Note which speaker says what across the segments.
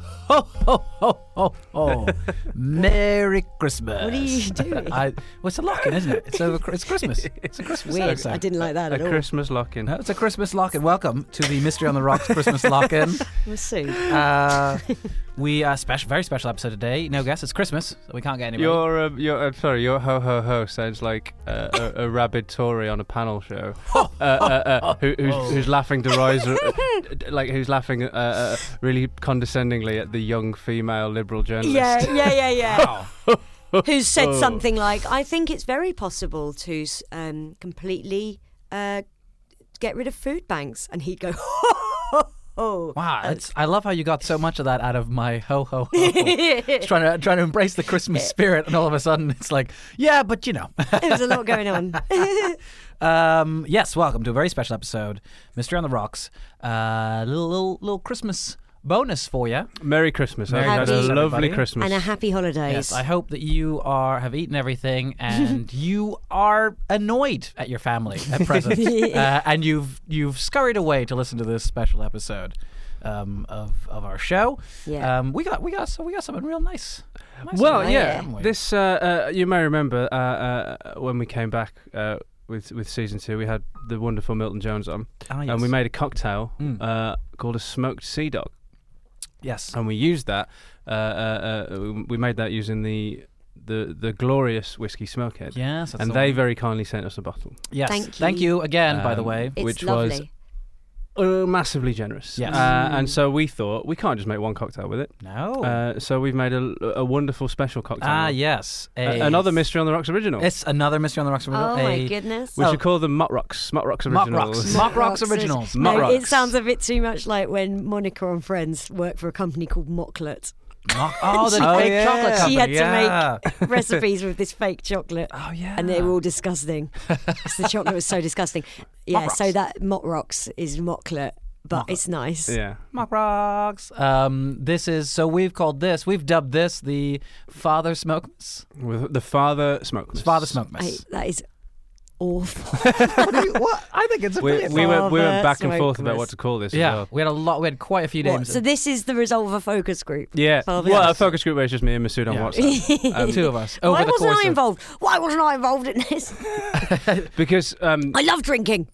Speaker 1: ho, ho, ho, ho, ho. Merry Christmas.
Speaker 2: What are you doing?
Speaker 1: I, well, it's a lock-in, isn't it? It's over. It's Christmas. It's a Christmas
Speaker 2: Weird.
Speaker 1: episode.
Speaker 2: I didn't like that
Speaker 3: A
Speaker 2: at all.
Speaker 3: Christmas lock-in.
Speaker 1: No, It's a Christmas lock-in. Welcome to the Mystery on the Rocks Christmas lock-in.
Speaker 2: We'll see.
Speaker 1: Uh, we are special, very special episode today. No guess. It's Christmas, so we can't get anybody.
Speaker 3: Your, uh, your, I'm sorry, your ho ho ho sounds like uh, a, a rabid Tory on a panel show, uh, uh, uh, who,
Speaker 1: Oh.
Speaker 3: who's, who's laughing derisor, like who's laughing uh, uh, really condescendingly at the young female liberal journalist.
Speaker 2: Yeah, yeah, yeah,
Speaker 1: Oh,
Speaker 2: yeah. Who's said something like, "I think it's very possible to s- um, completely uh, get rid of food banks," and he'd go, "Oh,
Speaker 1: Wow, it's, I love how you got so much of that out of my ho ho ho. Just trying to trying to embrace the Christmas spirit, and all of a sudden it's like, yeah, but you know.
Speaker 2: there's a lot going on."
Speaker 1: Um, yes, welcome to a very special episode, Mystery on the Rocks. Uh, little, little little Christmas bonus for you.
Speaker 3: Merry Christmas.
Speaker 1: Merry
Speaker 3: I've had a
Speaker 2: Christmas,
Speaker 3: lovely
Speaker 1: everybody.
Speaker 3: Christmas.
Speaker 2: and a happy holidays.
Speaker 1: Yes, I hope that you are have eaten everything and you are annoyed at your family at present, uh, and you've you've scurried away to listen to this special episode. Um, of, of our show,
Speaker 2: Yeah.
Speaker 1: Um, we got we got so we got something real nice. nice
Speaker 3: Well,
Speaker 1: today,
Speaker 3: yeah.
Speaker 1: haven't we?
Speaker 3: This uh, uh, you may remember uh, uh, when we came back uh, with with season two, we had the wonderful Milton Jones on,
Speaker 1: Ah, yes.
Speaker 3: and Um, we made a cocktail
Speaker 1: Mm.
Speaker 3: uh, called a smoked sea dog,
Speaker 1: yes,
Speaker 3: and we used that. Uh, uh, uh, we- we made that using the the the glorious whiskey smokehead.
Speaker 1: yes, that's
Speaker 3: And
Speaker 1: the
Speaker 3: they
Speaker 1: one.
Speaker 3: very kindly sent us a bottle,
Speaker 1: yes,
Speaker 2: Thank you.
Speaker 1: again. by the
Speaker 3: Um,
Speaker 1: way,
Speaker 2: it's
Speaker 3: which
Speaker 2: lovely.
Speaker 3: was uh, massively generous.
Speaker 1: Yes.
Speaker 3: Uh, and so we thought we can't just make one cocktail with it.
Speaker 1: no,
Speaker 3: Uh, so we've made a, a wonderful special cocktail.
Speaker 1: Oh. ah, yes,
Speaker 3: A-
Speaker 1: a-
Speaker 3: another mystery on the rocks original.
Speaker 1: It's another Mystery on the Rocks original.
Speaker 2: oh
Speaker 1: a
Speaker 2: my goodness.
Speaker 3: We
Speaker 1: Oh.
Speaker 3: should call them Mutt Rocks. Mutt Rocks
Speaker 1: Mop
Speaker 3: originals.
Speaker 1: Rocks. Mop Rocks originals.
Speaker 2: No,
Speaker 3: Mott
Speaker 2: it
Speaker 3: Rocks.
Speaker 2: sounds a bit too much like when Monica and friends worked for a company called Mocklet.
Speaker 1: Mop- oh, the
Speaker 2: Oh,
Speaker 1: fake
Speaker 2: yeah.
Speaker 1: chocolate company.
Speaker 2: She had to
Speaker 1: yeah.
Speaker 2: Recipes with this fake chocolate.
Speaker 1: Oh yeah.
Speaker 2: and they were all disgusting. 'Cause the chocolate was so disgusting. Yeah, so that Mott Rocks is mocklet, but it's nice.
Speaker 3: Yeah.
Speaker 1: Mop Rocks. Um, this is so we've called this. We've dubbed this the Father Smoke. Miss.
Speaker 3: With the father smokes.
Speaker 1: Father Smoke.
Speaker 2: I,
Speaker 1: Miss.
Speaker 2: that is awful.
Speaker 1: what? I think it's a
Speaker 3: We, we were we
Speaker 2: Father
Speaker 3: went back and forth
Speaker 2: Smoke
Speaker 3: about
Speaker 2: Miss.
Speaker 3: what to call this. as
Speaker 1: yeah.
Speaker 3: well.
Speaker 1: We had a lot. We had quite a few
Speaker 2: What,
Speaker 1: names.
Speaker 2: so this is the resolver focus group.
Speaker 3: Yeah.
Speaker 2: Father
Speaker 3: well, a
Speaker 2: Smoke.
Speaker 3: focus group where it's just me and Masood on
Speaker 1: Yeah.
Speaker 3: WhatsApp.
Speaker 1: Um, two of us. Over
Speaker 2: Why
Speaker 1: the
Speaker 2: wasn't
Speaker 1: course
Speaker 2: I
Speaker 1: of-
Speaker 2: involved? Why wasn't I involved in this?
Speaker 3: Because um,
Speaker 2: I love drinking.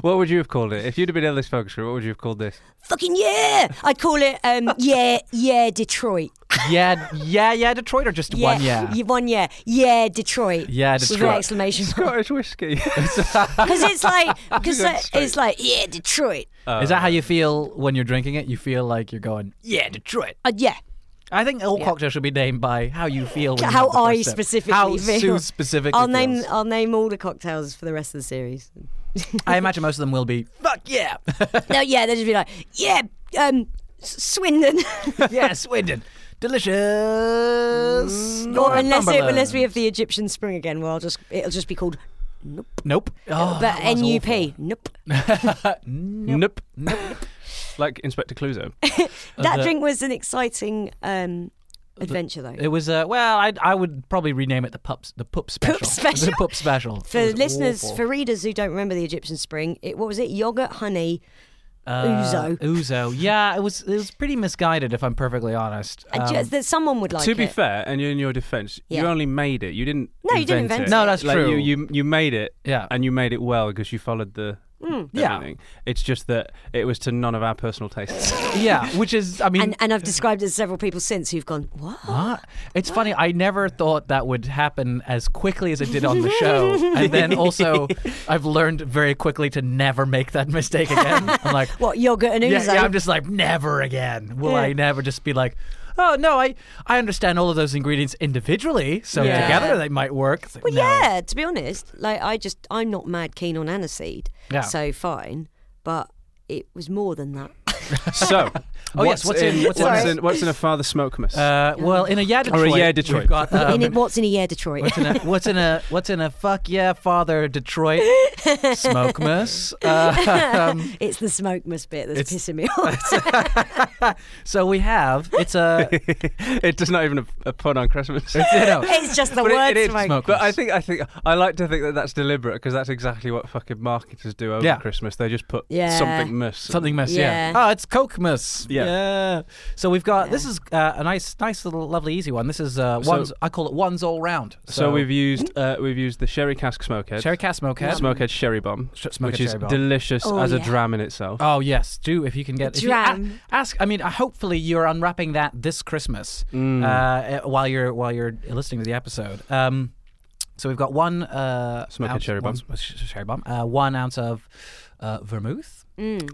Speaker 3: what would you have called it if you'd have been in this focus group? What would you have called this?
Speaker 2: Fucking yeah! I'd call it um, yeah, yeah, Detroit.
Speaker 1: yeah, yeah, yeah. Detroit or just
Speaker 2: Yeah,
Speaker 1: one? Yeah.
Speaker 2: you- One yeah, yeah, Detroit.
Speaker 1: Yeah,
Speaker 2: With an
Speaker 1: Detroit.
Speaker 2: exclamation mark.
Speaker 3: Scottish whiskey.
Speaker 2: Because it's like, because
Speaker 3: going
Speaker 2: it's like yeah, Detroit.
Speaker 1: Is that how you feel when you're drinking it? You feel like you're going, yeah, Detroit.
Speaker 2: Uh, yeah.
Speaker 1: I think all cocktails should be named by how you feel. When you
Speaker 2: How
Speaker 1: have the first
Speaker 2: I
Speaker 1: sip.
Speaker 2: specifically
Speaker 1: How
Speaker 2: feel.
Speaker 1: Sue specifically.
Speaker 2: I'll name
Speaker 1: feels.
Speaker 2: I'll name all the cocktails for the rest of the series.
Speaker 1: I imagine most of them will be. Fuck yeah.
Speaker 2: no, yeah, they'll just be like, yeah, um, S- Swindon,
Speaker 1: yeah, Swindon. Delicious.
Speaker 2: or unless it,
Speaker 1: Northumberland.
Speaker 2: unless we have the Egyptian Spring again, well, I'll just it'll just be called nope,
Speaker 1: Nope. Oh,
Speaker 2: but
Speaker 1: that was
Speaker 2: NUP, nope.
Speaker 3: Nope. like Inspector Clouseau.
Speaker 2: That
Speaker 1: the-
Speaker 2: drink was an exciting um, adventure though.
Speaker 1: awful. It was uh, well, I I would probably rename it the pups the pup special.
Speaker 2: special.
Speaker 1: The pup special. It
Speaker 2: for
Speaker 1: was
Speaker 2: listeners,
Speaker 1: awful.
Speaker 2: for readers who don't remember the Egyptian Spring, it what was it? Yogurt, honey,
Speaker 1: uh,
Speaker 2: Uzo.
Speaker 1: Uzo. Yeah, it was it was pretty misguided if I'm perfectly honest.
Speaker 2: and
Speaker 1: Um,
Speaker 2: just, that someone would like
Speaker 3: to be
Speaker 2: it.
Speaker 3: fair, and in your defence, you
Speaker 2: Yeah.
Speaker 3: only made it. You didn't.
Speaker 2: No, you didn't invent it.
Speaker 1: No, that's
Speaker 3: like,
Speaker 1: true.
Speaker 3: You, you you made it.
Speaker 1: Yeah.
Speaker 3: And you made it well because you followed the.
Speaker 2: Hmm.
Speaker 1: Yeah.
Speaker 3: everything. It's just that it was to none of our personal tastes.
Speaker 1: yeah, which is I mean
Speaker 2: and and I've described it to several people since who've gone, what?
Speaker 1: What? It's funny. I never thought that would happen as quickly as it did on the show, and then also I've learned very quickly to never make that mistake again. I'm like,
Speaker 2: What yogurt and
Speaker 1: yeah,
Speaker 2: ouzo?
Speaker 1: yeah, I'm just like never again. Will I
Speaker 2: Yeah.
Speaker 1: never just be like, oh no, I I understand all of those ingredients individually, so
Speaker 2: Yeah.
Speaker 1: together they might work. It's like,
Speaker 2: Well,
Speaker 1: no.
Speaker 2: yeah. To be honest, like I just I'm not mad keen on aniseed.
Speaker 1: Yeah.
Speaker 2: So fine, but it was more than that.
Speaker 3: So,
Speaker 1: Oh, yes, what's in- what's in-
Speaker 3: what's,
Speaker 2: Sorry.
Speaker 3: in, what's in a father smoke miss?
Speaker 1: Uh, well, in a yeah Detroit,
Speaker 3: Or a yeah Detroit.
Speaker 1: we've got um,
Speaker 2: in it, what's in a year, Detroit?
Speaker 1: what's in a what's in a what's in a fuck yeah father Detroit smoke mess. Uh, um,
Speaker 2: it's the smoke must bit that's
Speaker 1: It's-
Speaker 2: pissing me off.
Speaker 1: so we have it's a
Speaker 3: it does not even a, a pun on Christmas.
Speaker 1: you know,
Speaker 2: it's just the
Speaker 3: But it-
Speaker 2: word
Speaker 3: it is
Speaker 2: smoke.
Speaker 1: smoke.
Speaker 3: But I think I think I like to think that that's deliberate because that's exactly what fucking marketers do over
Speaker 1: Yeah.
Speaker 3: Christmas. They just put
Speaker 2: Yeah.
Speaker 3: something miss.
Speaker 1: Something mess, yeah.
Speaker 2: Yeah.
Speaker 1: Oh, it's Coke mess.
Speaker 3: Yeah.
Speaker 1: So we've got this is uh, a nice, nice little, lovely, easy one. This is uh,
Speaker 3: So-
Speaker 1: ones. I call it ones all round.
Speaker 3: So, we've used uh, we've used the sherry cask smokehead,
Speaker 1: Cherry Cast Smokehead.
Speaker 3: smokehead sherry bomb,
Speaker 1: Sh- smokehead
Speaker 3: which is
Speaker 1: cherry bomb.
Speaker 3: delicious
Speaker 2: Oh,
Speaker 3: as a
Speaker 2: yeah.
Speaker 3: dram in itself.
Speaker 1: Oh yes, do if you can get if you a-
Speaker 2: Dram.
Speaker 1: ask. I mean, uh, hopefully you're unwrapping that this Christmas
Speaker 3: Mm.
Speaker 1: uh, uh, while you're while you're listening to the episode. Um, so we've got one uh,
Speaker 3: Smoking
Speaker 1: ounce-
Speaker 3: cherry
Speaker 1: one,
Speaker 3: bomb.
Speaker 1: s- s- cherry bomb. Uh, one ounce of uh, vermouth,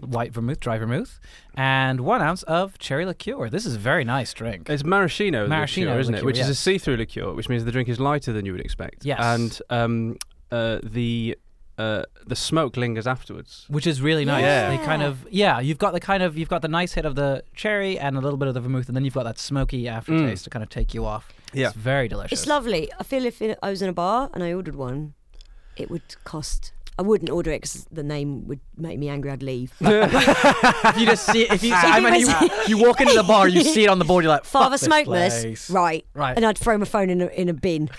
Speaker 1: white vermouth, dry vermouth, and one ounce of cherry liqueur. This is a very nice drink.
Speaker 3: It's maraschino,
Speaker 1: Maraschino
Speaker 3: liqueur, isn't it?
Speaker 1: liqueur,
Speaker 3: Which is a
Speaker 1: yes.
Speaker 3: see-through liqueur, which means the drink is lighter than you would expect.
Speaker 1: Yes.
Speaker 3: and um, uh, the uh, the smoke lingers afterwards.
Speaker 1: which is really nice.
Speaker 3: Yeah.
Speaker 1: They kind of yeah, you've got the kind of you've got the nice hit of the cherry and a little bit of the vermouth, and then you've got that smoky aftertaste to kind of take you off.
Speaker 3: Mm. Yeah.
Speaker 1: it's very delicious.
Speaker 2: It's lovely. I feel if it, I was in a bar and I ordered one, it would cost. I wouldn't order it because the name would make me angry. I'd leave.
Speaker 1: If you just see if you,
Speaker 2: If
Speaker 1: I
Speaker 2: it
Speaker 1: mean, you,
Speaker 2: was-
Speaker 1: you walk into the bar, you see it on the board, you're like
Speaker 2: Father
Speaker 1: "Fuck this
Speaker 2: Smoke
Speaker 1: place."
Speaker 2: Mess, right?
Speaker 1: Right.
Speaker 2: And I'd throw my phone in a, in a bin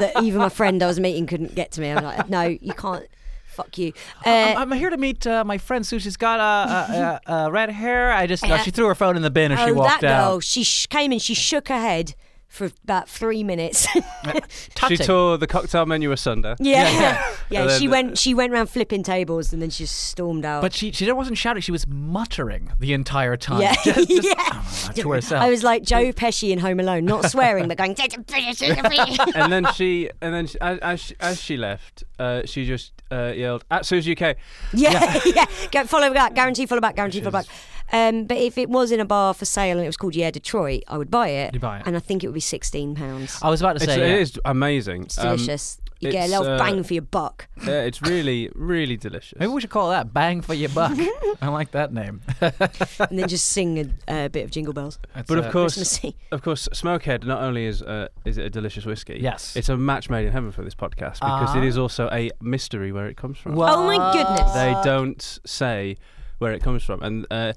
Speaker 2: that even my friend I was meeting couldn't get to me. I'm like, no, you can't. Fuck you. Uh,
Speaker 1: I'm, I'm here to meet uh, my friend Sue. She's got uh, uh, uh, uh, red hair. I just uh, she threw her phone in the bin as she
Speaker 2: oh,
Speaker 1: walked
Speaker 2: that
Speaker 1: out.
Speaker 2: girl! She sh- came in. She shook her head for about three minutes.
Speaker 1: Tutting.
Speaker 3: She tore the cocktail menu asunder.
Speaker 2: yeah, yeah.
Speaker 3: And then
Speaker 2: she
Speaker 3: the-
Speaker 2: went. She went round flipping tables and then she just stormed out.
Speaker 1: but she she wasn't shouting. She was muttering the entire time.
Speaker 2: yeah,
Speaker 1: Just- just-
Speaker 2: yeah.
Speaker 1: to herself.
Speaker 2: I was like Joe Pesci in Home Alone, not swearing but going.
Speaker 3: and then she, and then she, as, as, she, as she left, uh, she just uh, yelled at Sue's UK.
Speaker 2: Yeah, yeah. Go, follow back, guarantee follow back, guarantee follow back. Um, but if it was in a bar for sale and it was called Yeah Detroit, I would buy it.
Speaker 1: You'd buy it.
Speaker 2: And I think it would be sixteen pounds.
Speaker 1: I was about to
Speaker 3: It's,
Speaker 1: say yeah.
Speaker 3: It is amazing.
Speaker 2: It's delicious. you get a
Speaker 3: it's,
Speaker 2: little
Speaker 3: uh,
Speaker 2: bang for your buck.
Speaker 3: Um, yeah, it's really, really delicious.
Speaker 1: Maybe we should call that "Bang for Your Buck." I like that name.
Speaker 2: and then just sing a uh, bit of Jingle Bells.
Speaker 3: but of course,
Speaker 2: Christmassy.
Speaker 3: of course, Smokehead not only is uh, is it a delicious whiskey.
Speaker 1: Yes.
Speaker 3: it's a match made in heaven for this podcast because
Speaker 1: Ah.
Speaker 3: it is also a mystery where it comes from.
Speaker 2: Oh my goodness.
Speaker 3: they don't say where it comes from, and uh,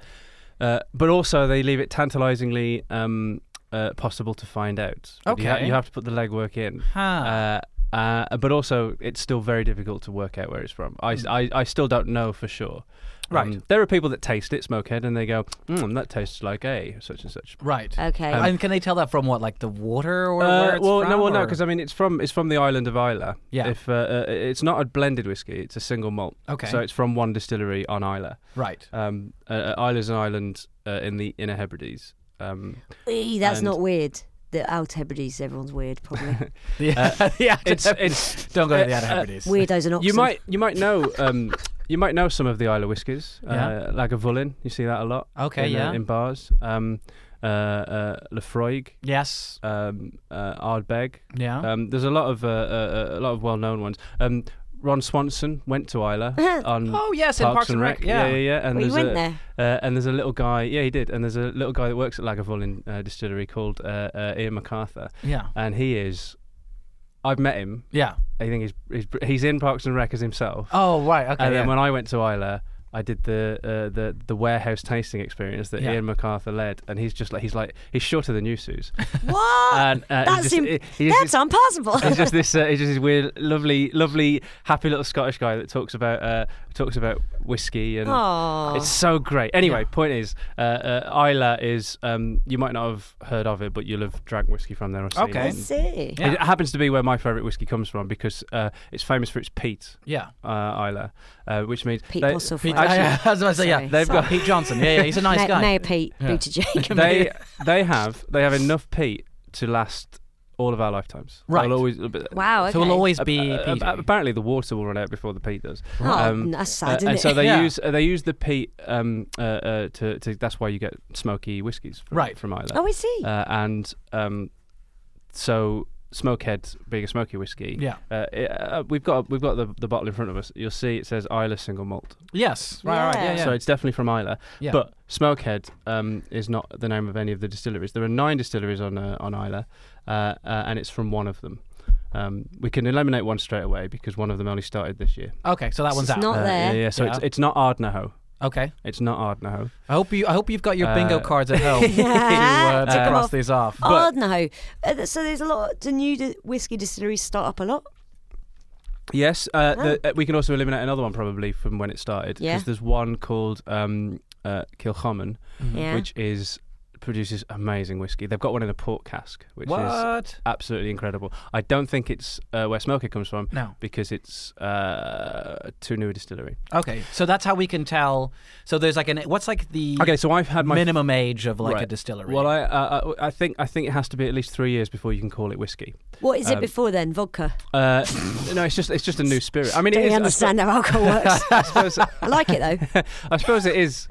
Speaker 3: uh, but also they leave it tantalisingly um, uh, possible to find out. But you, ha-
Speaker 1: Okay.
Speaker 3: you have to put the legwork in,
Speaker 1: Huh.
Speaker 3: uh, uh, but also it's still very difficult to work out where it's from. I, I, I still don't know for sure.
Speaker 1: Mm.
Speaker 3: Um,
Speaker 1: Right.
Speaker 3: there are people that taste it, Smokehead, and they go, mm, "That tastes like a such and such."
Speaker 1: right. Um,
Speaker 2: Okay.
Speaker 1: and can they tell that from what, like the water or
Speaker 3: Uh,
Speaker 1: where it's
Speaker 3: well,
Speaker 1: from?
Speaker 3: no, well, no,
Speaker 1: or-
Speaker 3: because I mean, it's from it's from the island of Isla.
Speaker 1: Yeah.
Speaker 3: If uh, uh, it's not a blended whiskey, it's a single malt.
Speaker 1: Okay.
Speaker 3: So it's from one distillery on Isla.
Speaker 1: right.
Speaker 3: Um, uh, uh, Isla's an island uh, in the Inner Hebrides. Um,
Speaker 2: Eee, that's
Speaker 3: and-
Speaker 2: not weird. The Outer Hebrides, everyone's weird, probably.
Speaker 1: Yeah,
Speaker 3: it's it's
Speaker 1: don't go to the
Speaker 3: uh,
Speaker 1: Outer
Speaker 3: uh,
Speaker 1: Hebrides.
Speaker 2: Weirdos and oxen.
Speaker 3: you might you might know um, you might know some of the Isla whiskies.
Speaker 1: Yeah.
Speaker 3: Uh, Lagavulin, you see that a lot.
Speaker 1: Okay,
Speaker 3: in, uh,
Speaker 1: yeah.
Speaker 3: in bars, um, uh, uh, Lefroig,
Speaker 1: yes.
Speaker 3: um, uh, Ardbeg.
Speaker 1: Yeah.
Speaker 3: Um, there's a lot of uh, uh, uh, a lot of well-known ones. Um, Ron Swanson went to Isla on
Speaker 1: oh yes, in Parks and Rec.
Speaker 3: Yeah, yeah, yeah. And
Speaker 2: Well, you
Speaker 3: there's
Speaker 2: went
Speaker 3: a,
Speaker 2: there.
Speaker 3: Uh, and there's a little guy. Yeah, he did. And there's a little guy that works at Lagavulin uh, Distillery called uh, uh, Ian MacArthur,
Speaker 1: yeah,
Speaker 3: and he is. I've met him.
Speaker 1: yeah.
Speaker 3: I think he's he's, he's in Parks and Rec as himself.
Speaker 1: Oh right, okay.
Speaker 3: and then
Speaker 1: yeah.
Speaker 3: when I went to Isla, I did the uh, the the warehouse tasting experience that
Speaker 1: Yeah.
Speaker 3: Ian MacArthur led, and he's just like he's like he's shorter than you, Suze.
Speaker 2: What?
Speaker 3: And, uh, he's
Speaker 2: that's
Speaker 3: just-
Speaker 2: im-
Speaker 3: he- he's
Speaker 2: that's
Speaker 3: just-
Speaker 2: unpassable.
Speaker 3: He's just this. Uh, he's just this weird, lovely, lovely, happy little Scottish guy that talks about uh, talks about whiskey and
Speaker 2: Aw.
Speaker 3: it's so great. Anyway, point is, uh, uh, Isla is um, you might not have heard of it, but you'll have drank whiskey from there. Or seen
Speaker 1: Okay.
Speaker 2: I
Speaker 3: it.
Speaker 2: see.
Speaker 1: Yeah.
Speaker 3: It happens to be where my favourite whiskey comes from because uh, it's famous for its peat,
Speaker 1: yeah.
Speaker 3: uh, Isla, uh, which means
Speaker 2: Pete
Speaker 3: they,
Speaker 2: Postlethwaite.
Speaker 1: Pete,
Speaker 3: Actually-
Speaker 1: I, I was about to say yeah.
Speaker 2: Sorry,
Speaker 1: They've
Speaker 2: sorry.
Speaker 1: got Pete Johnson. Yeah, yeah. He's a nice
Speaker 2: Ma-
Speaker 1: guy.
Speaker 2: Mayor Pete,
Speaker 1: Yeah.
Speaker 2: Buttigieg.
Speaker 3: they they have they have enough peat to last all of our lifetimes.
Speaker 1: Right. E
Speaker 3: I'll always,
Speaker 4: Wow. Okay.
Speaker 1: So it'll always
Speaker 3: Ab-
Speaker 1: be
Speaker 3: uh,
Speaker 1: PG.
Speaker 3: ab- apparently, the water will run out before the peat does.
Speaker 2: Oh, that's sad, isn't
Speaker 3: Um, Uh, and
Speaker 2: it?
Speaker 3: so they
Speaker 1: Yeah.
Speaker 3: use uh, they use the peat um, uh, uh, to, to that's why you get smoky whiskies from,
Speaker 1: Right.
Speaker 3: from Ireland.
Speaker 2: Oh, I see.
Speaker 3: Uh, and um, so Smokehead being a smoky whiskey.
Speaker 1: Yeah.
Speaker 3: Uh, it- uh, we've got we've got the, the bottle in front of us. You'll see it says Isla single malt.
Speaker 1: Yes. Right. Right. Yeah.
Speaker 4: Yeah.
Speaker 1: yeah.
Speaker 3: So it's definitely from Isla.
Speaker 1: Yeah.
Speaker 3: But Smokehead um, is not the name of any of the distilleries. There are nine distilleries on uh, on Isla, uh, uh, and it's from one of them. Um, we can eliminate one straight away because one of them only started this year.
Speaker 1: okay. So that one's
Speaker 2: It's
Speaker 1: out.
Speaker 2: not
Speaker 3: Uh,
Speaker 2: Oh, there.
Speaker 3: Yeah, yeah. So It's,
Speaker 1: Yeah.
Speaker 3: it's not Ardnahoe.
Speaker 1: okay.
Speaker 3: It's not Ardnahoe.
Speaker 1: I hope you. I hope you've got your bingo
Speaker 3: Uh,
Speaker 1: cards at home to, uh, to
Speaker 2: Tick 'em
Speaker 1: cross
Speaker 2: off.
Speaker 1: these off.
Speaker 2: Oh no! Uh, th- so there's a lot. Do new di- whiskey distilleries start up a lot?
Speaker 3: Yes. Uh, the, uh, we can also eliminate another one probably from when it started because
Speaker 2: Oh, Yeah.
Speaker 3: there's one called um, uh, Kilchoman,
Speaker 2: Mm. Yeah.
Speaker 3: Mm-hmm. which is produces amazing whiskey. They've got one in a port cask, which is
Speaker 1: what?
Speaker 3: absolutely incredible. I don't think it's uh, where Smoker comes from.
Speaker 1: No.
Speaker 3: because it's uh, too new a distillery.
Speaker 1: Okay. So that's how we can tell. So there's like an. What's like the
Speaker 3: Okay, so I've had my
Speaker 1: minimum age of like a
Speaker 3: Right.
Speaker 1: distillery?
Speaker 3: Well, I, uh, I I think I think it has to be at least three years before you can call it whiskey.
Speaker 2: What is it
Speaker 3: Um,
Speaker 2: before then? Vodka.
Speaker 3: Uh, no, it's just it's just a new spirit. I mean,
Speaker 2: Don't
Speaker 3: it
Speaker 2: you
Speaker 3: is.
Speaker 2: understand how alcohol works?
Speaker 3: I suppose, I
Speaker 2: I like it though.
Speaker 3: suppose, I suppose it is.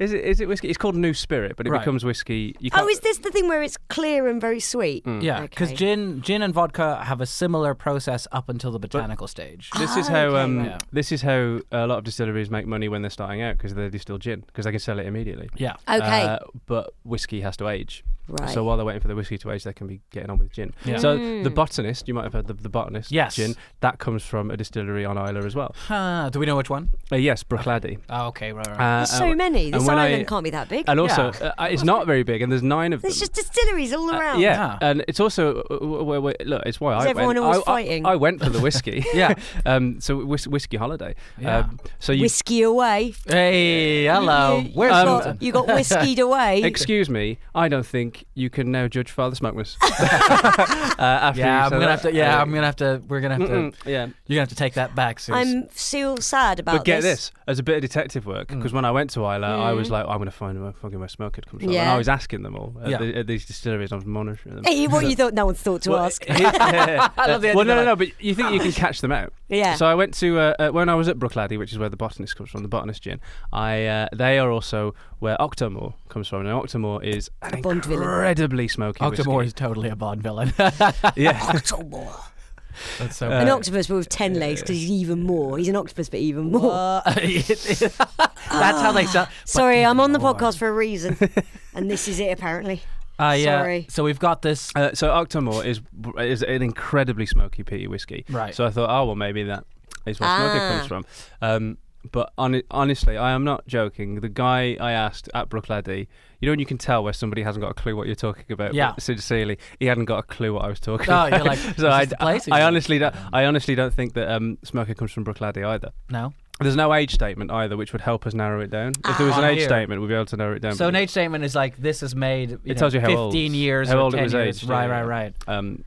Speaker 3: Is it is it whiskey? It's called new spirit, but it
Speaker 1: Right.
Speaker 3: becomes whiskey. You
Speaker 2: Oh,
Speaker 3: can't-
Speaker 2: is this the thing where it's clear and very sweet?
Speaker 3: Mm.
Speaker 1: yeah, because
Speaker 2: Okay.
Speaker 1: gin, gin and vodka have a similar process up until the botanical stage.
Speaker 3: This is
Speaker 2: Ah,
Speaker 3: how
Speaker 2: okay,
Speaker 3: um,
Speaker 1: right.
Speaker 3: this is how a lot of distilleries make money when they're starting out because they distill gin because they can sell it immediately.
Speaker 1: Yeah.
Speaker 2: Okay.
Speaker 3: Uh, but whiskey has to age.
Speaker 2: Right. Hmm.
Speaker 3: So while they're waiting for the whiskey to age, they can be getting on with gin.
Speaker 1: Yeah.
Speaker 3: So the botanist, you might have heard the, the botanist
Speaker 1: Yes.
Speaker 3: gin, that comes from a distillery on Isla as well.
Speaker 1: Huh, do we know which one?
Speaker 3: Uh, yes, Brochlady.
Speaker 1: Oh, okay. Right. Right.
Speaker 3: Uh,
Speaker 2: There's so
Speaker 3: uh,
Speaker 2: many.
Speaker 3: and
Speaker 2: This
Speaker 3: when I-
Speaker 2: island can't be that big.
Speaker 3: And also,
Speaker 1: Yeah.
Speaker 3: uh, it's not very big, and there's nine of them.
Speaker 2: There's just distilleries all
Speaker 3: Uh,
Speaker 2: around.
Speaker 3: yeah.
Speaker 1: Yeah.
Speaker 3: and it's also uh, w- w- w- look, it's why
Speaker 2: Is
Speaker 3: I
Speaker 2: everyone
Speaker 3: went.
Speaker 2: always
Speaker 3: I- I,
Speaker 2: fighting?
Speaker 3: I went for the whiskey.
Speaker 1: Yeah.
Speaker 3: um, so whis- whiskey holiday.
Speaker 1: Yeah.
Speaker 3: Um, so you
Speaker 2: Whiskey away.
Speaker 1: hey, hello. Um,
Speaker 2: You,
Speaker 1: Where's
Speaker 2: you
Speaker 1: Milton?
Speaker 2: got, you got whiskied away.
Speaker 3: Excuse me, I don't think you can now judge Father Smugness. uh, after you
Speaker 1: yeah, I'm
Speaker 3: said
Speaker 1: gonna
Speaker 3: that.
Speaker 1: have to. Yeah,
Speaker 3: Uh,
Speaker 1: I'm gonna have to. We're gonna have to.
Speaker 3: mm-mm, yeah.
Speaker 1: You're gonna have to take that back, Suze.
Speaker 2: I'm still sad about
Speaker 3: But get this. as a bit of detective work,
Speaker 1: Mm.
Speaker 3: because when I went to Isla, I was like, I'm going to find where fucking where smoke had come from. And
Speaker 2: Mm. Yeah.
Speaker 3: I was asking them all at,
Speaker 1: Yeah.
Speaker 3: the, at these distilleries, I was monitoring them.
Speaker 2: Hey, what you thought? No one's thought to
Speaker 3: Well,
Speaker 2: ask.
Speaker 3: he- yeah.
Speaker 1: love the idea
Speaker 3: well, no,
Speaker 1: that,
Speaker 3: no, no, but you think you can catch them out.
Speaker 2: Yeah.
Speaker 3: So I went to, uh, uh, when I was at Brooklady, which is where the botanist comes from, the botanist gin, I uh, they are also where Octomore comes from. Now, Octomore is an
Speaker 2: Bond villain.
Speaker 3: incredibly smoky
Speaker 1: Octomore is
Speaker 3: whiskey.
Speaker 1: totally a Bond villain.
Speaker 3: Yeah.
Speaker 2: Octomore.
Speaker 1: That's so.
Speaker 3: uh,
Speaker 2: an octopus, but with ten legs because he's even more. He's an octopus, but even more.
Speaker 1: Uh, that's how they sell.
Speaker 2: Sorry, I'm on the
Speaker 1: more.
Speaker 2: podcast for a reason, and this is it apparently.
Speaker 1: Uh, yeah.
Speaker 2: Sorry.
Speaker 1: So we've got this.
Speaker 3: Uh, so Octomore is is an incredibly smoky peaty whiskey.
Speaker 1: Right.
Speaker 3: So I thought, oh well, maybe that is where smoker
Speaker 2: Ah.
Speaker 3: comes from. Um, but hon- honestly, I am not joking. The guy I asked at Brookladdy, you know, when you can tell where somebody hasn't got a clue what you're talking about.
Speaker 1: Yeah.
Speaker 3: but Sincerely, he hadn't got a clue what I was talking
Speaker 1: Oh,
Speaker 3: about.
Speaker 1: you're like, is this
Speaker 3: so I,
Speaker 1: the place?
Speaker 3: I honestly don't. I honestly don't think that um, smoker comes from Brookladdy either.
Speaker 1: No.
Speaker 3: There's no age statement either, which would help us narrow it down. If there was
Speaker 1: Ah.
Speaker 3: an
Speaker 1: On
Speaker 3: age
Speaker 1: here.
Speaker 3: statement, we'd be able to narrow it down.
Speaker 1: So
Speaker 3: but-
Speaker 1: an age statement is like this is made. you
Speaker 3: It
Speaker 1: know,
Speaker 3: tells you how
Speaker 1: 15
Speaker 3: old-
Speaker 1: years.
Speaker 3: how
Speaker 1: or
Speaker 3: old it
Speaker 1: 10
Speaker 3: was
Speaker 1: years.
Speaker 3: aged,
Speaker 1: Right,
Speaker 3: yeah.
Speaker 1: right, right.
Speaker 3: Um,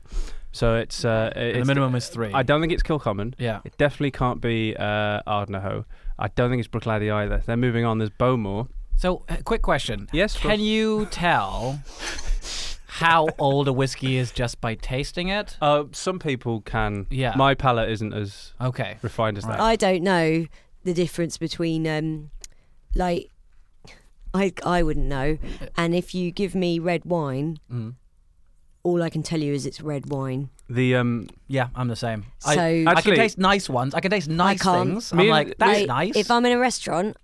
Speaker 3: so it's, uh,
Speaker 1: And
Speaker 3: it's
Speaker 1: the minimum is three.
Speaker 3: I don't think it's Kilcommon.
Speaker 1: Yeah.
Speaker 3: It definitely can't be uh, Ardnahoe. I don't think it's Brookladdy either. They're moving on. There's Bowmore.
Speaker 1: So, uh, quick question.
Speaker 3: Yes, of
Speaker 1: Can
Speaker 3: course.
Speaker 1: you tell how old a whiskey is just by tasting it?
Speaker 3: Uh, some people can.
Speaker 1: Yeah.
Speaker 3: My palate isn't as
Speaker 1: Okay.
Speaker 3: refined as that.
Speaker 2: I don't know the difference between um, like. I, I wouldn't know. And if you give me red wine, all I can tell you is it's red wine.
Speaker 3: The um,
Speaker 1: Yeah, I'm the same.
Speaker 2: So-
Speaker 1: I, I can
Speaker 3: Actually-
Speaker 1: taste nice ones. I can taste nice
Speaker 2: can't.
Speaker 1: things. I'm
Speaker 3: Me and-
Speaker 1: like, that's
Speaker 2: I-
Speaker 1: nice.
Speaker 2: If I'm in a restaurant,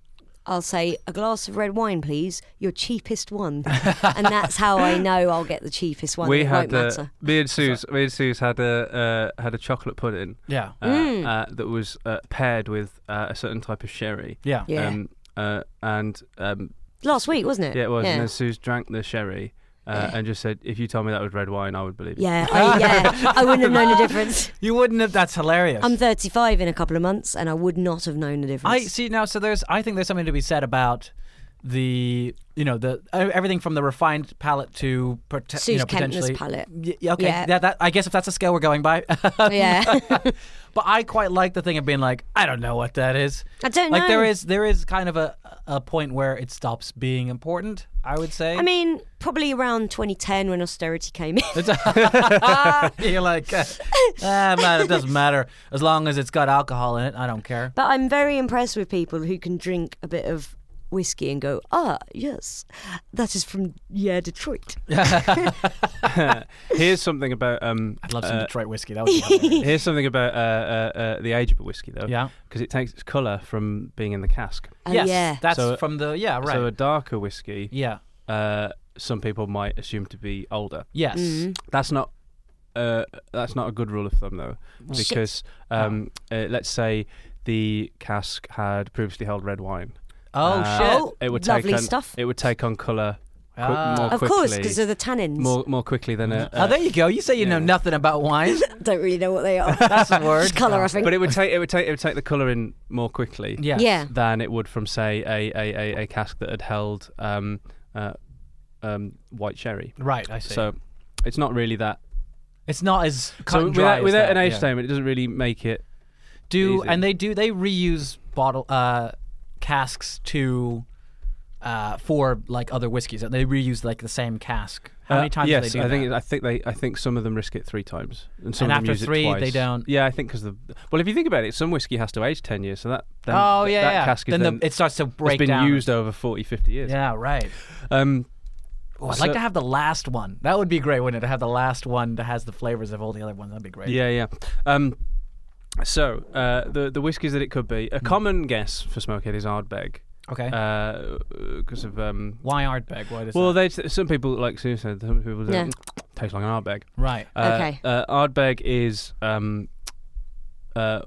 Speaker 2: I'll say a glass of red wine, please, your cheapest one, and that's how I know I'll get the cheapest one.
Speaker 3: we
Speaker 2: it
Speaker 3: had
Speaker 2: won't
Speaker 3: uh,
Speaker 2: matter.
Speaker 3: me and Suze, me and Suze had a uh, had a chocolate pudding
Speaker 1: yeah.
Speaker 3: uh,
Speaker 2: Mm.
Speaker 3: uh, that was uh, paired with uh, a certain type of sherry.
Speaker 1: Yeah.
Speaker 2: Yeah.
Speaker 3: Um, uh, and um,
Speaker 2: Last week, wasn't it?
Speaker 3: yeah, it was.
Speaker 2: Yeah,
Speaker 3: And then Suze drank the sherry uh, and just said, "If you told me that was red wine, I would believe you."
Speaker 2: yeah, I, yeah. I wouldn't have known the difference.
Speaker 1: You wouldn't have. That's hilarious.
Speaker 2: I'm 35 in a couple of months, and I would not have known the
Speaker 1: I
Speaker 2: difference.
Speaker 1: see now. So there's, I think there's something to be said about the, you know, the uh, everything from the refined palate to prote- you
Speaker 2: Suze
Speaker 1: know,
Speaker 2: Kentner's
Speaker 1: potentially
Speaker 2: palate.
Speaker 1: Y- yeah, okay,
Speaker 2: Yeah.
Speaker 1: yeah, that, I guess if that's a scale we're going by.
Speaker 2: yeah,
Speaker 1: but I quite like the thing of being like, I don't know what that is.
Speaker 2: I don't
Speaker 1: like
Speaker 2: know.
Speaker 1: there is there is kind of a a point where it stops being important, I would say.
Speaker 2: I mean, probably around 2010 when austerity came in.
Speaker 1: You're like, uh, ah, man, it doesn't matter. As long as it's got alcohol in it, I don't care.
Speaker 2: But I'm very impressed with people who can drink a bit of whiskey and go, ah, yes, that is from, yeah, Detroit.
Speaker 3: Here's something about um.
Speaker 1: I'd love some
Speaker 3: uh,
Speaker 1: Detroit whiskey. That would be lovely.
Speaker 3: Here's something about uh, uh, uh, the age of a whiskey though.
Speaker 1: Yeah.
Speaker 3: Because it takes its color from being in the cask.
Speaker 2: Oh,
Speaker 1: yes,
Speaker 2: yeah.
Speaker 1: that's
Speaker 3: So, uh,
Speaker 1: from the yeah right
Speaker 3: So a darker whiskey,
Speaker 1: yeah
Speaker 3: uh, some people might assume to be older.
Speaker 1: yes
Speaker 2: Mm-hmm.
Speaker 3: That's not. Uh, that's not a good rule of thumb though,
Speaker 2: Shit.
Speaker 3: because
Speaker 1: Oh.
Speaker 3: um, uh, let's say the cask had previously held red wine.
Speaker 1: oh
Speaker 3: Uh,
Speaker 1: shit
Speaker 2: Oh,
Speaker 3: It would
Speaker 2: lovely
Speaker 3: take on,
Speaker 2: stuff.
Speaker 3: It would take on color quick,
Speaker 1: Ah.
Speaker 3: more
Speaker 2: of
Speaker 3: quickly,
Speaker 2: course, because of the tannins.
Speaker 3: more more quickly than a. uh,
Speaker 1: oh
Speaker 3: a-
Speaker 1: there you go you say you know
Speaker 3: yeah.
Speaker 1: nothing about wine
Speaker 2: Don't really know what they are.
Speaker 1: that's a word
Speaker 2: Just colour, I think.
Speaker 3: but it would take it would take it would take the color in more quickly.
Speaker 1: yeah
Speaker 2: yeah.
Speaker 3: than it would from say a a, a, a cask that had held um, uh, um, white sherry.
Speaker 1: right I see
Speaker 3: So it's not really that.
Speaker 1: it's not as cut
Speaker 3: So
Speaker 1: and
Speaker 3: without,
Speaker 1: dry as
Speaker 3: without
Speaker 1: that,
Speaker 3: an age
Speaker 1: yeah.
Speaker 3: statement, it doesn't really make it.
Speaker 1: do
Speaker 3: Easy.
Speaker 1: and they do they reuse bottle uh casks to uh for like other whiskeys and they reuse like the same cask how many
Speaker 3: Uh,
Speaker 1: times
Speaker 3: yes,
Speaker 1: do they do
Speaker 3: I think
Speaker 1: that?
Speaker 3: it- I think they I think some of them risk it three times, and some
Speaker 1: And
Speaker 3: of
Speaker 1: after
Speaker 3: them use
Speaker 1: three,
Speaker 3: it
Speaker 1: they
Speaker 3: twice.
Speaker 1: don't-
Speaker 3: Yeah, I think because the well, if you think about it, some whiskey has to age ten years, so that then
Speaker 1: oh
Speaker 3: th-
Speaker 1: yeah
Speaker 3: that
Speaker 1: yeah
Speaker 3: cask is
Speaker 1: then,
Speaker 3: then,
Speaker 1: the, it starts to break
Speaker 3: it's been
Speaker 1: down
Speaker 3: used over 40, 50 years.
Speaker 1: yeah right
Speaker 3: Um,
Speaker 1: Oh, I'd like
Speaker 3: So-
Speaker 1: to have the last one. That would be great, wouldn't it? To have the last one that has the flavors of all the other ones. That'd be great.
Speaker 3: Yeah, yeah. Um, so uh, the the whiskies that it could be
Speaker 1: Hmm.
Speaker 3: a common guess for smokehead is Ardbeg
Speaker 1: Okay.
Speaker 3: because of um.
Speaker 1: Why Ardbeg? Why does
Speaker 3: Uh, Well,
Speaker 1: that?
Speaker 3: they some people like Sue said some people do
Speaker 2: Yeah.
Speaker 3: taste like an Ardbeg.
Speaker 1: right.
Speaker 3: Uh,
Speaker 2: Okay.
Speaker 3: Uh, Ardbeg is um, uh,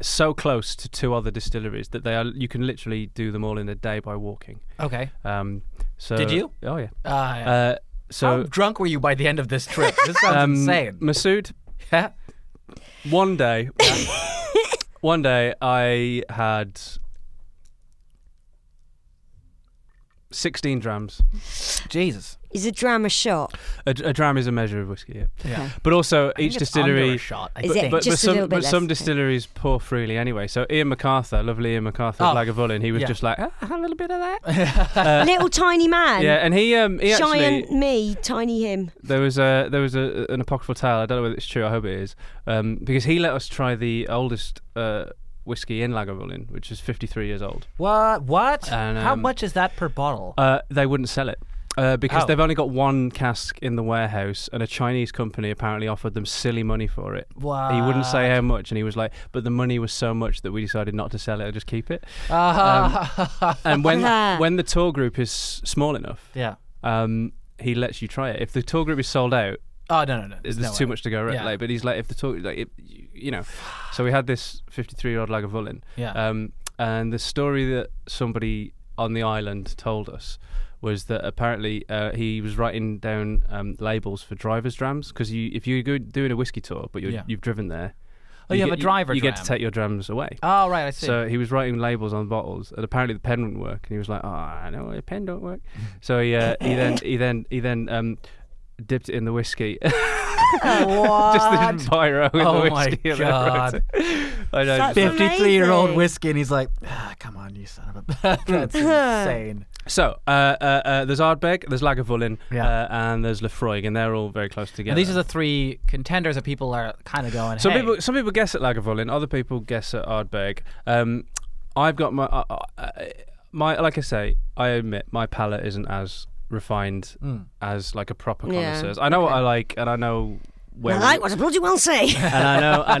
Speaker 3: so close to two other distilleries that they are you can literally do them all in a day by walking.
Speaker 1: Okay.
Speaker 3: Um, so
Speaker 1: Did you?
Speaker 3: Oh yeah.
Speaker 1: Uh, yeah.
Speaker 3: Uh,
Speaker 1: How
Speaker 3: so
Speaker 1: drunk were you by the end of this trip? This sounds
Speaker 3: um,
Speaker 1: insane.
Speaker 3: Masood, one day, one day I had sixteen drams.
Speaker 1: Jesus.
Speaker 2: Is a dram a shot?
Speaker 3: A, a dram is a measure of whiskey, yeah.
Speaker 1: Yeah.
Speaker 3: But also
Speaker 1: I think
Speaker 3: each
Speaker 1: it's under a
Speaker 3: distillery.
Speaker 1: shot. I
Speaker 2: Is
Speaker 1: think.
Speaker 2: it?
Speaker 3: But, but
Speaker 2: Just a
Speaker 3: some
Speaker 2: little bit
Speaker 3: but some
Speaker 2: less, okay.
Speaker 3: distilleries pour freely anyway. So Ian MacArthur, lovely Ian MacArthur,
Speaker 1: Oh,
Speaker 3: of Lagavulin, he was
Speaker 1: yeah.
Speaker 3: just like, "Ah, have a little bit of that.
Speaker 2: Little tiny man.
Speaker 3: Uh, yeah, and he um he actually
Speaker 2: Giant me, tiny him.
Speaker 3: There was a there was a, an apocryphal tale. I don't know whether it's true. I hope it is, um, because he let us try the oldest uh, whiskey in Lagavulin, which is 53 years old.
Speaker 1: What? What?
Speaker 3: And,
Speaker 1: How
Speaker 3: um,
Speaker 1: much is that per bottle?
Speaker 3: Uh, they wouldn't sell it uh, because
Speaker 1: Oh.
Speaker 3: they've only got one cask in the warehouse, and a Chinese company apparently offered them silly money for it. He wouldn't say how much, and he was like, "But the money was so much that we decided not to sell it or just keep it." Um,
Speaker 1: Ah.
Speaker 3: And when when the tour group is small enough,
Speaker 1: yeah.
Speaker 3: um, he lets you try it. If the tour group is sold out,
Speaker 1: Oh no no no.
Speaker 3: there's,
Speaker 1: no
Speaker 3: too
Speaker 1: way.
Speaker 3: much to go right.
Speaker 1: Yeah.
Speaker 3: Like, but he's like, if the talk, like, it, you, you know, so we had this 53 year old Lagavulin.
Speaker 1: Yeah.
Speaker 3: Um, and the story that somebody on the island told us was that apparently uh, he was writing down um, labels for drivers' drams because you, if you're go- doing a whiskey tour, but you're,
Speaker 1: Yeah.
Speaker 3: you've driven there,
Speaker 1: Oh, you have a driver
Speaker 3: You, get to
Speaker 1: dram.
Speaker 3: take your drams away.
Speaker 1: Oh right, I see.
Speaker 3: So he was writing labels on bottles, and apparently the pen wouldn't work. And he was like, "Oh, I know the pen don't work." So he uh, he then he then he then um, dipped it in the whiskey. Just the pyro in
Speaker 1: Oh
Speaker 3: the
Speaker 1: my
Speaker 3: whiskey. and then wrote
Speaker 1: God.
Speaker 3: it. I know.
Speaker 2: Such
Speaker 3: just-
Speaker 2: a-
Speaker 1: Fifty-three-year-old
Speaker 2: Amazing.
Speaker 1: whiskey, and he's like, ah, "Come on, you son of a." That's insane.
Speaker 3: So uh, uh, uh, there's Ardbeg, there's Lagavulin,
Speaker 1: Yeah.
Speaker 3: uh, and there's Lefroy, and they're all very close together.
Speaker 1: And these are the three contenders that people are kind of going.
Speaker 3: Some
Speaker 1: hey.
Speaker 3: people some people guess at Lagavulin, other people guess at Ardbeg. Um, I've got my uh, uh, my like I say, I admit my palate isn't as refined
Speaker 1: Hmm.
Speaker 3: as like a proper
Speaker 2: Yeah.
Speaker 3: connoisseur. I know what I like, and I know where
Speaker 2: I like what I bloody well say. Oh
Speaker 3: and I know I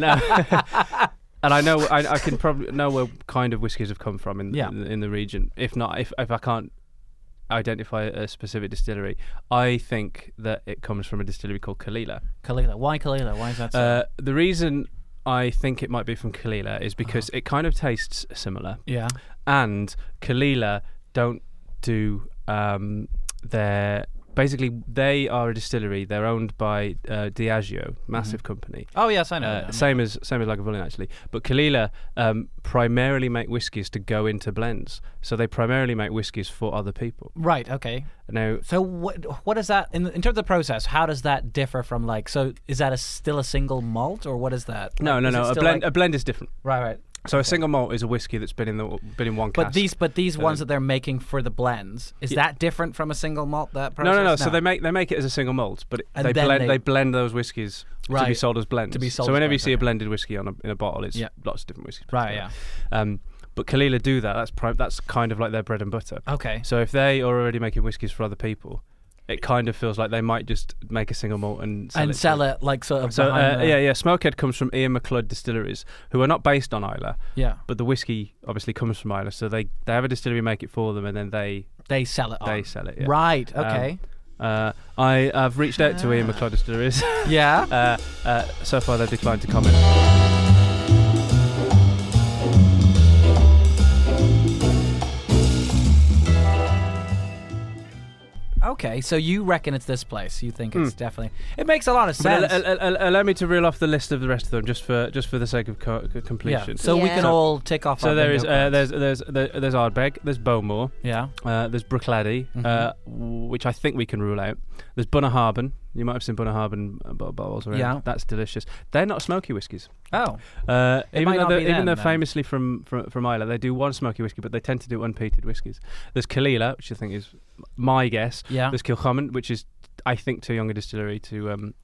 Speaker 3: know. And I know I, I can probably know where kind of whiskies have come from in,
Speaker 1: Yeah.
Speaker 3: in, in the region. If not, if, if I can't identify a specific distillery, I think that it comes from a distillery called Kalila.
Speaker 1: Kalila. Why Kalila? Why is that? So?
Speaker 3: Uh, the reason I think it might be from Kalila is because it kind of tastes similar,
Speaker 1: Uh-huh. yeah.
Speaker 3: and Kalila don't do um, their. Basically, they are a distillery. They're owned by uh, Diageo,
Speaker 1: Mm-hmm.
Speaker 3: massive company.
Speaker 1: Oh yes, I know. I
Speaker 3: Uh,
Speaker 1: know.
Speaker 3: same as same as Lagavulin actually, but Kalila um, primarily make whiskies to go into blends. So they primarily make whiskies for other people.
Speaker 1: Right. Okay.
Speaker 3: Now,
Speaker 1: So what what is that in, in terms of the process? How does that differ from like? So is that a still a single malt or what is that?
Speaker 3: no,
Speaker 1: Like,
Speaker 3: no,
Speaker 1: is it
Speaker 3: no. A
Speaker 1: still
Speaker 3: blend
Speaker 1: like-
Speaker 3: a blend is different.
Speaker 1: right. Right.
Speaker 3: So a single malt is a whiskey that's been in the been in one.
Speaker 1: But
Speaker 3: cask. Uh,
Speaker 1: these, but these
Speaker 3: So
Speaker 1: ones
Speaker 3: they-
Speaker 1: that they're making for the blends, is that different from a single malt? That
Speaker 3: no,
Speaker 1: process?
Speaker 3: no, no, So they make they make it as a single malt, but it-
Speaker 1: And
Speaker 3: they
Speaker 1: then
Speaker 3: blend
Speaker 1: they-
Speaker 3: they, blend those whiskies to be
Speaker 1: Right.
Speaker 3: sold as blends.
Speaker 1: To be sold
Speaker 3: so
Speaker 1: as
Speaker 3: whenever you
Speaker 1: blends,
Speaker 3: see a
Speaker 1: okay.
Speaker 3: blended whiskey on a, in a bottle, it's
Speaker 1: Yeah.
Speaker 3: lots of different whiskeys. put
Speaker 1: Right,
Speaker 3: together. Um, but Kalila do that. That's pri- that's kind of like their bread and butter.
Speaker 1: Okay.
Speaker 3: So if they are already making whiskies for other people, it kind of feels like they might just make a single malt and sell
Speaker 1: and
Speaker 3: it to
Speaker 1: sell it like sort of.
Speaker 3: So
Speaker 1: behind
Speaker 3: uh,
Speaker 1: the-
Speaker 3: yeah, yeah. Smokehead comes from Ian McLeod Distilleries, who are not based on Isla,
Speaker 1: yeah.
Speaker 3: but the whiskey obviously comes from Isla. So they they have a distillery make it for them, and then they
Speaker 1: They sell it.
Speaker 3: they
Speaker 1: on.
Speaker 3: sell it. Yeah.
Speaker 1: Right.
Speaker 3: Um,
Speaker 1: Okay. Ah.
Speaker 3: Uh, I have reached out to Ian McLeod Distilleries.
Speaker 1: yeah.
Speaker 3: uh, uh, so far, they've declined to comment.
Speaker 1: Uh, Okay, so you reckon it's this place? You think it's definitely? It makes a lot of
Speaker 3: Hmm. But al-
Speaker 1: sense.
Speaker 3: al- al- allow me to reel off the list of the rest of them, just for just for the sake of co- co-
Speaker 1: yeah.
Speaker 3: completion.
Speaker 1: So we
Speaker 2: Yeah.
Speaker 1: can
Speaker 2: So-
Speaker 1: all tick off.
Speaker 3: So
Speaker 1: our
Speaker 3: there is
Speaker 1: bingo
Speaker 3: uh,
Speaker 1: cards.
Speaker 3: there's there's there- there's Ardbeg, there's Bowmore,
Speaker 1: yeah.
Speaker 3: uh, there's Brookladdy,
Speaker 1: Mm-hmm.
Speaker 3: uh, which I think we can rule out. There's Bunner Harbin. You might have seen Bunner Harbin uh, bo- bottles around.
Speaker 1: Yeah.
Speaker 3: that's delicious. They're not smoky whiskies.
Speaker 1: Oh,
Speaker 3: Uh, even
Speaker 1: might
Speaker 3: though
Speaker 1: not
Speaker 3: they're,
Speaker 1: be
Speaker 3: even
Speaker 1: then,
Speaker 3: though
Speaker 1: then.
Speaker 3: famously from, from from Islay, they do one smoky whiskey, but they tend to do unpeated whiskies. There's Kalila, which I think is my guess.
Speaker 1: yeah.
Speaker 3: There's Kilcommon, which is I think too young a distillery to um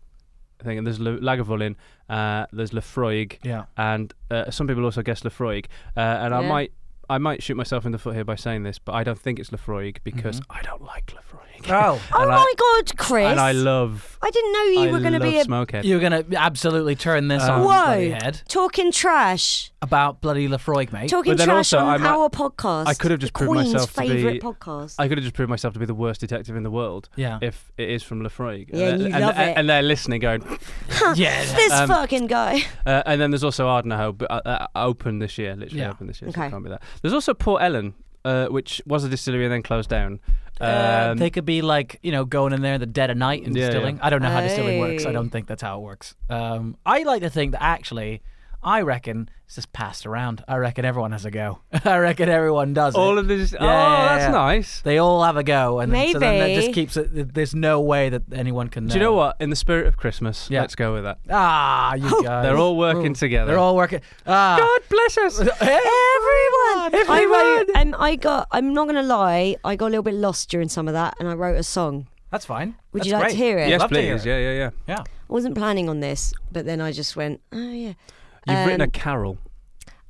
Speaker 3: thing. And there's L- Lagavulin. Uh, there's Lefroig,
Speaker 1: Yeah.
Speaker 3: and uh, some people also guess Lefroig. Uh, and I
Speaker 2: Yeah.
Speaker 3: might I might shoot myself in the foot here by saying this, but I don't think it's Lefroig because
Speaker 1: Mm-hmm.
Speaker 3: I don't like Lefroig.
Speaker 1: Oh,
Speaker 2: Oh
Speaker 3: And I-
Speaker 2: my God, Chris!
Speaker 3: and I love.
Speaker 2: I didn't know you
Speaker 3: I
Speaker 2: were going to be
Speaker 3: love
Speaker 2: a,
Speaker 3: Smokehead.
Speaker 1: you're gonna absolutely turn this on
Speaker 3: Um,
Speaker 2: Whoa.
Speaker 1: bloody head
Speaker 2: talking trash,
Speaker 1: about bloody Lefroy, mate.
Speaker 2: talking
Speaker 3: But then
Speaker 2: trash
Speaker 3: also,
Speaker 2: on
Speaker 3: I'm-
Speaker 2: our podcast.
Speaker 3: I could have
Speaker 2: The
Speaker 3: just proved
Speaker 2: Queen's
Speaker 3: myself to be-
Speaker 2: favorite podcast.
Speaker 3: I could have just proved myself to be the worst detective in the world.
Speaker 1: Yeah.
Speaker 3: If it is from Lefroig.
Speaker 2: Yeah,
Speaker 3: and,
Speaker 2: you
Speaker 3: and-
Speaker 2: love
Speaker 3: and-
Speaker 2: it.
Speaker 3: and they're listening, going.
Speaker 1: yeah.
Speaker 2: this
Speaker 3: um,
Speaker 2: fucking guy.
Speaker 3: Uh, and then there's also Ardenhoe, but uh, uh, open this year, literally
Speaker 1: Yeah.
Speaker 3: open this year. So
Speaker 2: Okay.
Speaker 3: it can't be that. There's also Port Ellen, uh, which was a distillery and then closed down.
Speaker 1: Uh,
Speaker 3: Um,
Speaker 1: they could be like you know going in there in the dead of night and
Speaker 3: Yeah, yeah.
Speaker 1: distilling. I don't know how distilling works. I
Speaker 2: Aye.
Speaker 1: don't think that's how it works. Um, I like to think that actually, I reckon it's just passed around. I reckon everyone has a go. I reckon everyone does.
Speaker 3: all
Speaker 1: it.
Speaker 3: of this. oh,
Speaker 1: yeah,
Speaker 3: that's
Speaker 1: yeah.
Speaker 3: nice.
Speaker 1: They all have a go, and then- so then that just
Speaker 2: Maybe.
Speaker 1: keeps it. th- There's no way that anyone can. Know.
Speaker 3: Do you know what? In the spirit of Christmas,
Speaker 1: Yeah.
Speaker 3: let's go with that.
Speaker 1: Ah, you guys.
Speaker 3: They're all working together.
Speaker 1: They're all working. Ah,
Speaker 3: God bless us.
Speaker 1: everyone,
Speaker 2: I wrote, um, I got. I'm not gonna lie. I got a little bit lost during some of that, and I wrote a song.
Speaker 1: That's fine.
Speaker 2: Would
Speaker 1: That's
Speaker 2: you like
Speaker 1: great.
Speaker 2: to hear it?
Speaker 3: yes,
Speaker 1: Love to hear
Speaker 3: please.
Speaker 1: it.
Speaker 3: Yeah, yeah, yeah.
Speaker 1: Yeah.
Speaker 2: I wasn't planning on this, but then I just went, oh yeah.
Speaker 3: You've written a
Speaker 2: Um,
Speaker 3: carol.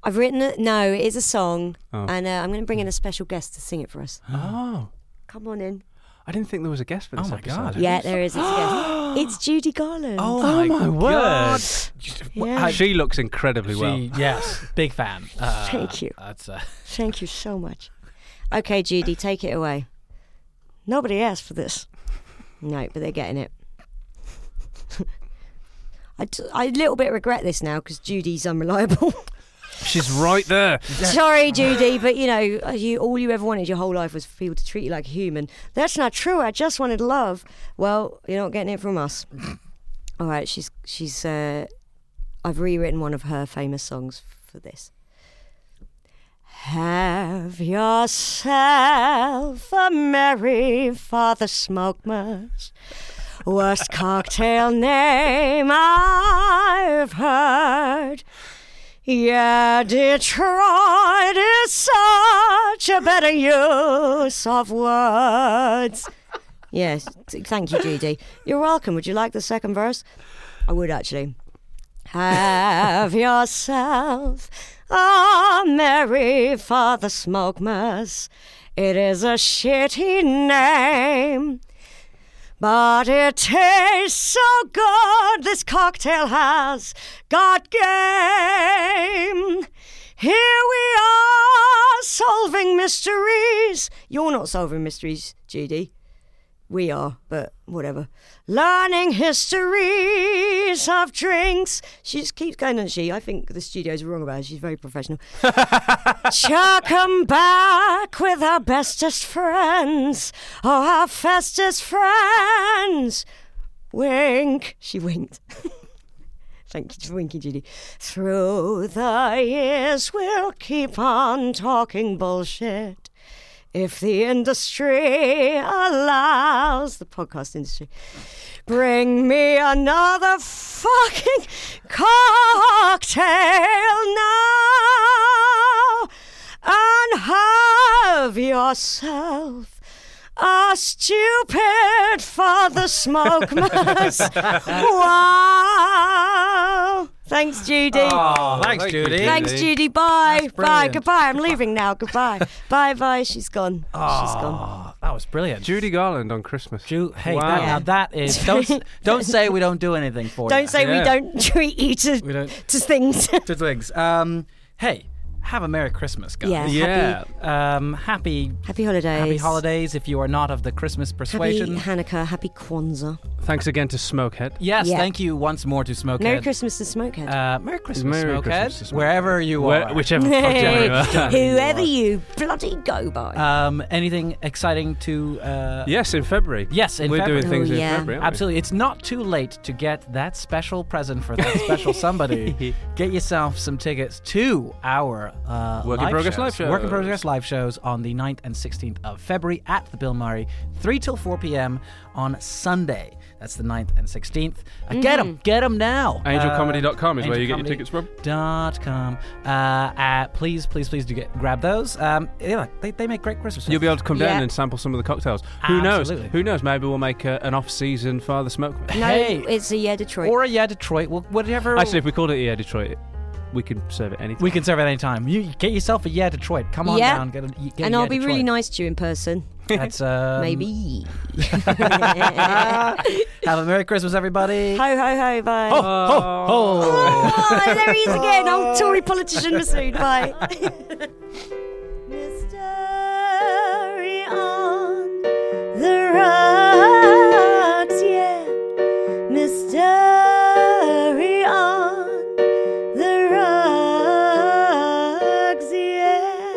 Speaker 2: I've written it. No, it is a song,
Speaker 3: Oh.
Speaker 2: and uh, I'm going to bring in a special guest to sing it for us.
Speaker 3: Oh,
Speaker 2: Come on in.
Speaker 3: I didn't think there was a guest for
Speaker 1: Oh
Speaker 3: this
Speaker 1: my
Speaker 3: episode.
Speaker 1: God.
Speaker 2: Yeah, there is. It's, a guest. it's Judy Garland.
Speaker 3: Oh my word.
Speaker 2: Yeah.
Speaker 3: She looks incredibly
Speaker 1: She,
Speaker 3: well.
Speaker 1: yes, big fan. Uh,
Speaker 2: Thank you.
Speaker 1: That's uh,
Speaker 2: Thank you so much. Okay, Judy, take it away. Nobody asked for this. No, but they're getting it. I, d- I a little bit regret this now because Judy's unreliable.
Speaker 3: She's right there.
Speaker 2: Sorry, Judy, but you know, uh, you all you ever wanted your whole life was for people to treat you like a human. That's not true. I just wanted love. Well, you're not getting it from us. all right, she's she's. Uh, I've rewritten one of her famous songs for this. Have yourself a merry Father Smokmas. Worst cocktail name I've heard. Yeah, Detroit is such a better use of words. yes, t- thank you, Judy. You're welcome. Would you like the second verse? I would actually. Have yourself a merry Father Smokmas. It is a shitty name. But it tastes so good, this cocktail has got game. Here we are solving mysteries. You're not solving mysteries, Judy. We are, but whatever. Learning histories of drinks. She just keeps going, doesn't she? I think the studio's wrong about her. She's very professional. Chuck 'em back with our bestest friends. Oh, our fastest friends. Wink. She winked. Thank you for winking, Judy. Through the years, we'll keep on talking bullshit. If the industry allows, the podcast industry, bring me another fucking cocktail now. yourself are stupid for the smoke mass. wow. Thanks, Judy.
Speaker 1: Oh, thanks,
Speaker 3: Thank you,
Speaker 1: Judy.
Speaker 3: Judy.
Speaker 2: Thanks, Judy. Bye. Bye.
Speaker 1: brilliant.
Speaker 2: Goodbye. I'm leaving now. Goodbye. bye bye. She's gone. She's
Speaker 1: Oh,
Speaker 2: gone.
Speaker 1: that was brilliant.
Speaker 3: Judy Garland on Christmas.
Speaker 1: Ju- hey,
Speaker 3: Wow.
Speaker 1: that, now that is don't s- don't say we don't do anything for you.
Speaker 2: Don't say we
Speaker 3: Yeah.
Speaker 2: don't treat you to,
Speaker 1: We don't-
Speaker 2: to things.
Speaker 1: to twigs. Um, hey, have a merry Christmas, guys.
Speaker 2: yeah.
Speaker 3: yeah.
Speaker 2: Happy,
Speaker 1: Um, happy
Speaker 2: happy holidays.
Speaker 1: happy holidays if you are not of the Christmas
Speaker 2: Happy
Speaker 1: persuasion.
Speaker 2: Hanukkah. Happy Kwanzaa.
Speaker 3: Thanks again to Smokehead.
Speaker 1: yes,
Speaker 2: Yeah.
Speaker 1: thank you once more to Smokehead.
Speaker 2: Merry Christmas to Smokehead.
Speaker 1: Uh, merry Christmas,
Speaker 3: Merry
Speaker 1: Smokehead.
Speaker 3: Christmas to Smokehead.
Speaker 1: Wherever you are.
Speaker 3: Where- whichever fuck
Speaker 2: Hey,
Speaker 3: you are.
Speaker 2: whoever you bloody go by.
Speaker 1: um, anything exciting to? Uh,
Speaker 3: Yes, in February.
Speaker 1: Yes, in
Speaker 3: We're
Speaker 1: February.
Speaker 3: doing things
Speaker 2: Oh,
Speaker 3: in
Speaker 2: yeah.
Speaker 3: February. aren't we?
Speaker 1: Absolutely. It's not too late to get that special present for that special somebody. Get yourself some tickets to our uh,
Speaker 3: Work in
Speaker 1: live
Speaker 3: progress
Speaker 1: shows.
Speaker 3: live
Speaker 1: Work in
Speaker 3: shows.
Speaker 1: progress live shows on the 9th and 16th of February at the Bill Murray, 3 till 4 p.m. on Sunday. That's the 9th and 16th. Uh, Get
Speaker 2: Mm-hmm.
Speaker 1: 'em, Get 'em now. Uh,
Speaker 3: Angelcomedy.com is where you get your
Speaker 1: angelcomedy
Speaker 3: tickets from.
Speaker 1: Dot com. Uh, uh, please, please, please do get grab those. Um, yeah, they, they make great Christmas.
Speaker 3: You'll be able to come down
Speaker 2: Yeah.
Speaker 3: and sample some of the cocktails. Who
Speaker 1: Absolutely.
Speaker 3: knows? Who knows? Maybe we'll make uh, an off-season Father Smoke.
Speaker 2: no,
Speaker 1: hey.
Speaker 2: Oh, it's a yeah Detroit.
Speaker 1: or yeah, Detroit. wh- Whatever.
Speaker 3: Actually, if we called it EA Detroit, we could serve it anything.
Speaker 1: We can serve at any time. You get yourself a yeah Detroit. Come on
Speaker 2: Yeah.
Speaker 1: down. Get a, get a
Speaker 2: and
Speaker 1: yeah
Speaker 2: I'll be really
Speaker 1: Detroit.
Speaker 2: nice to you in person.
Speaker 1: That's um,
Speaker 2: Maybe.
Speaker 1: Have a merry Christmas, everybody.
Speaker 2: Ho ho ho! Bye.
Speaker 3: Oh.
Speaker 1: Ho, ho, ho.
Speaker 2: Oh, there he is again, old Tory politician Masood. Bye. Mystery on the rocks, yeah. Mystery on the rocks, yeah.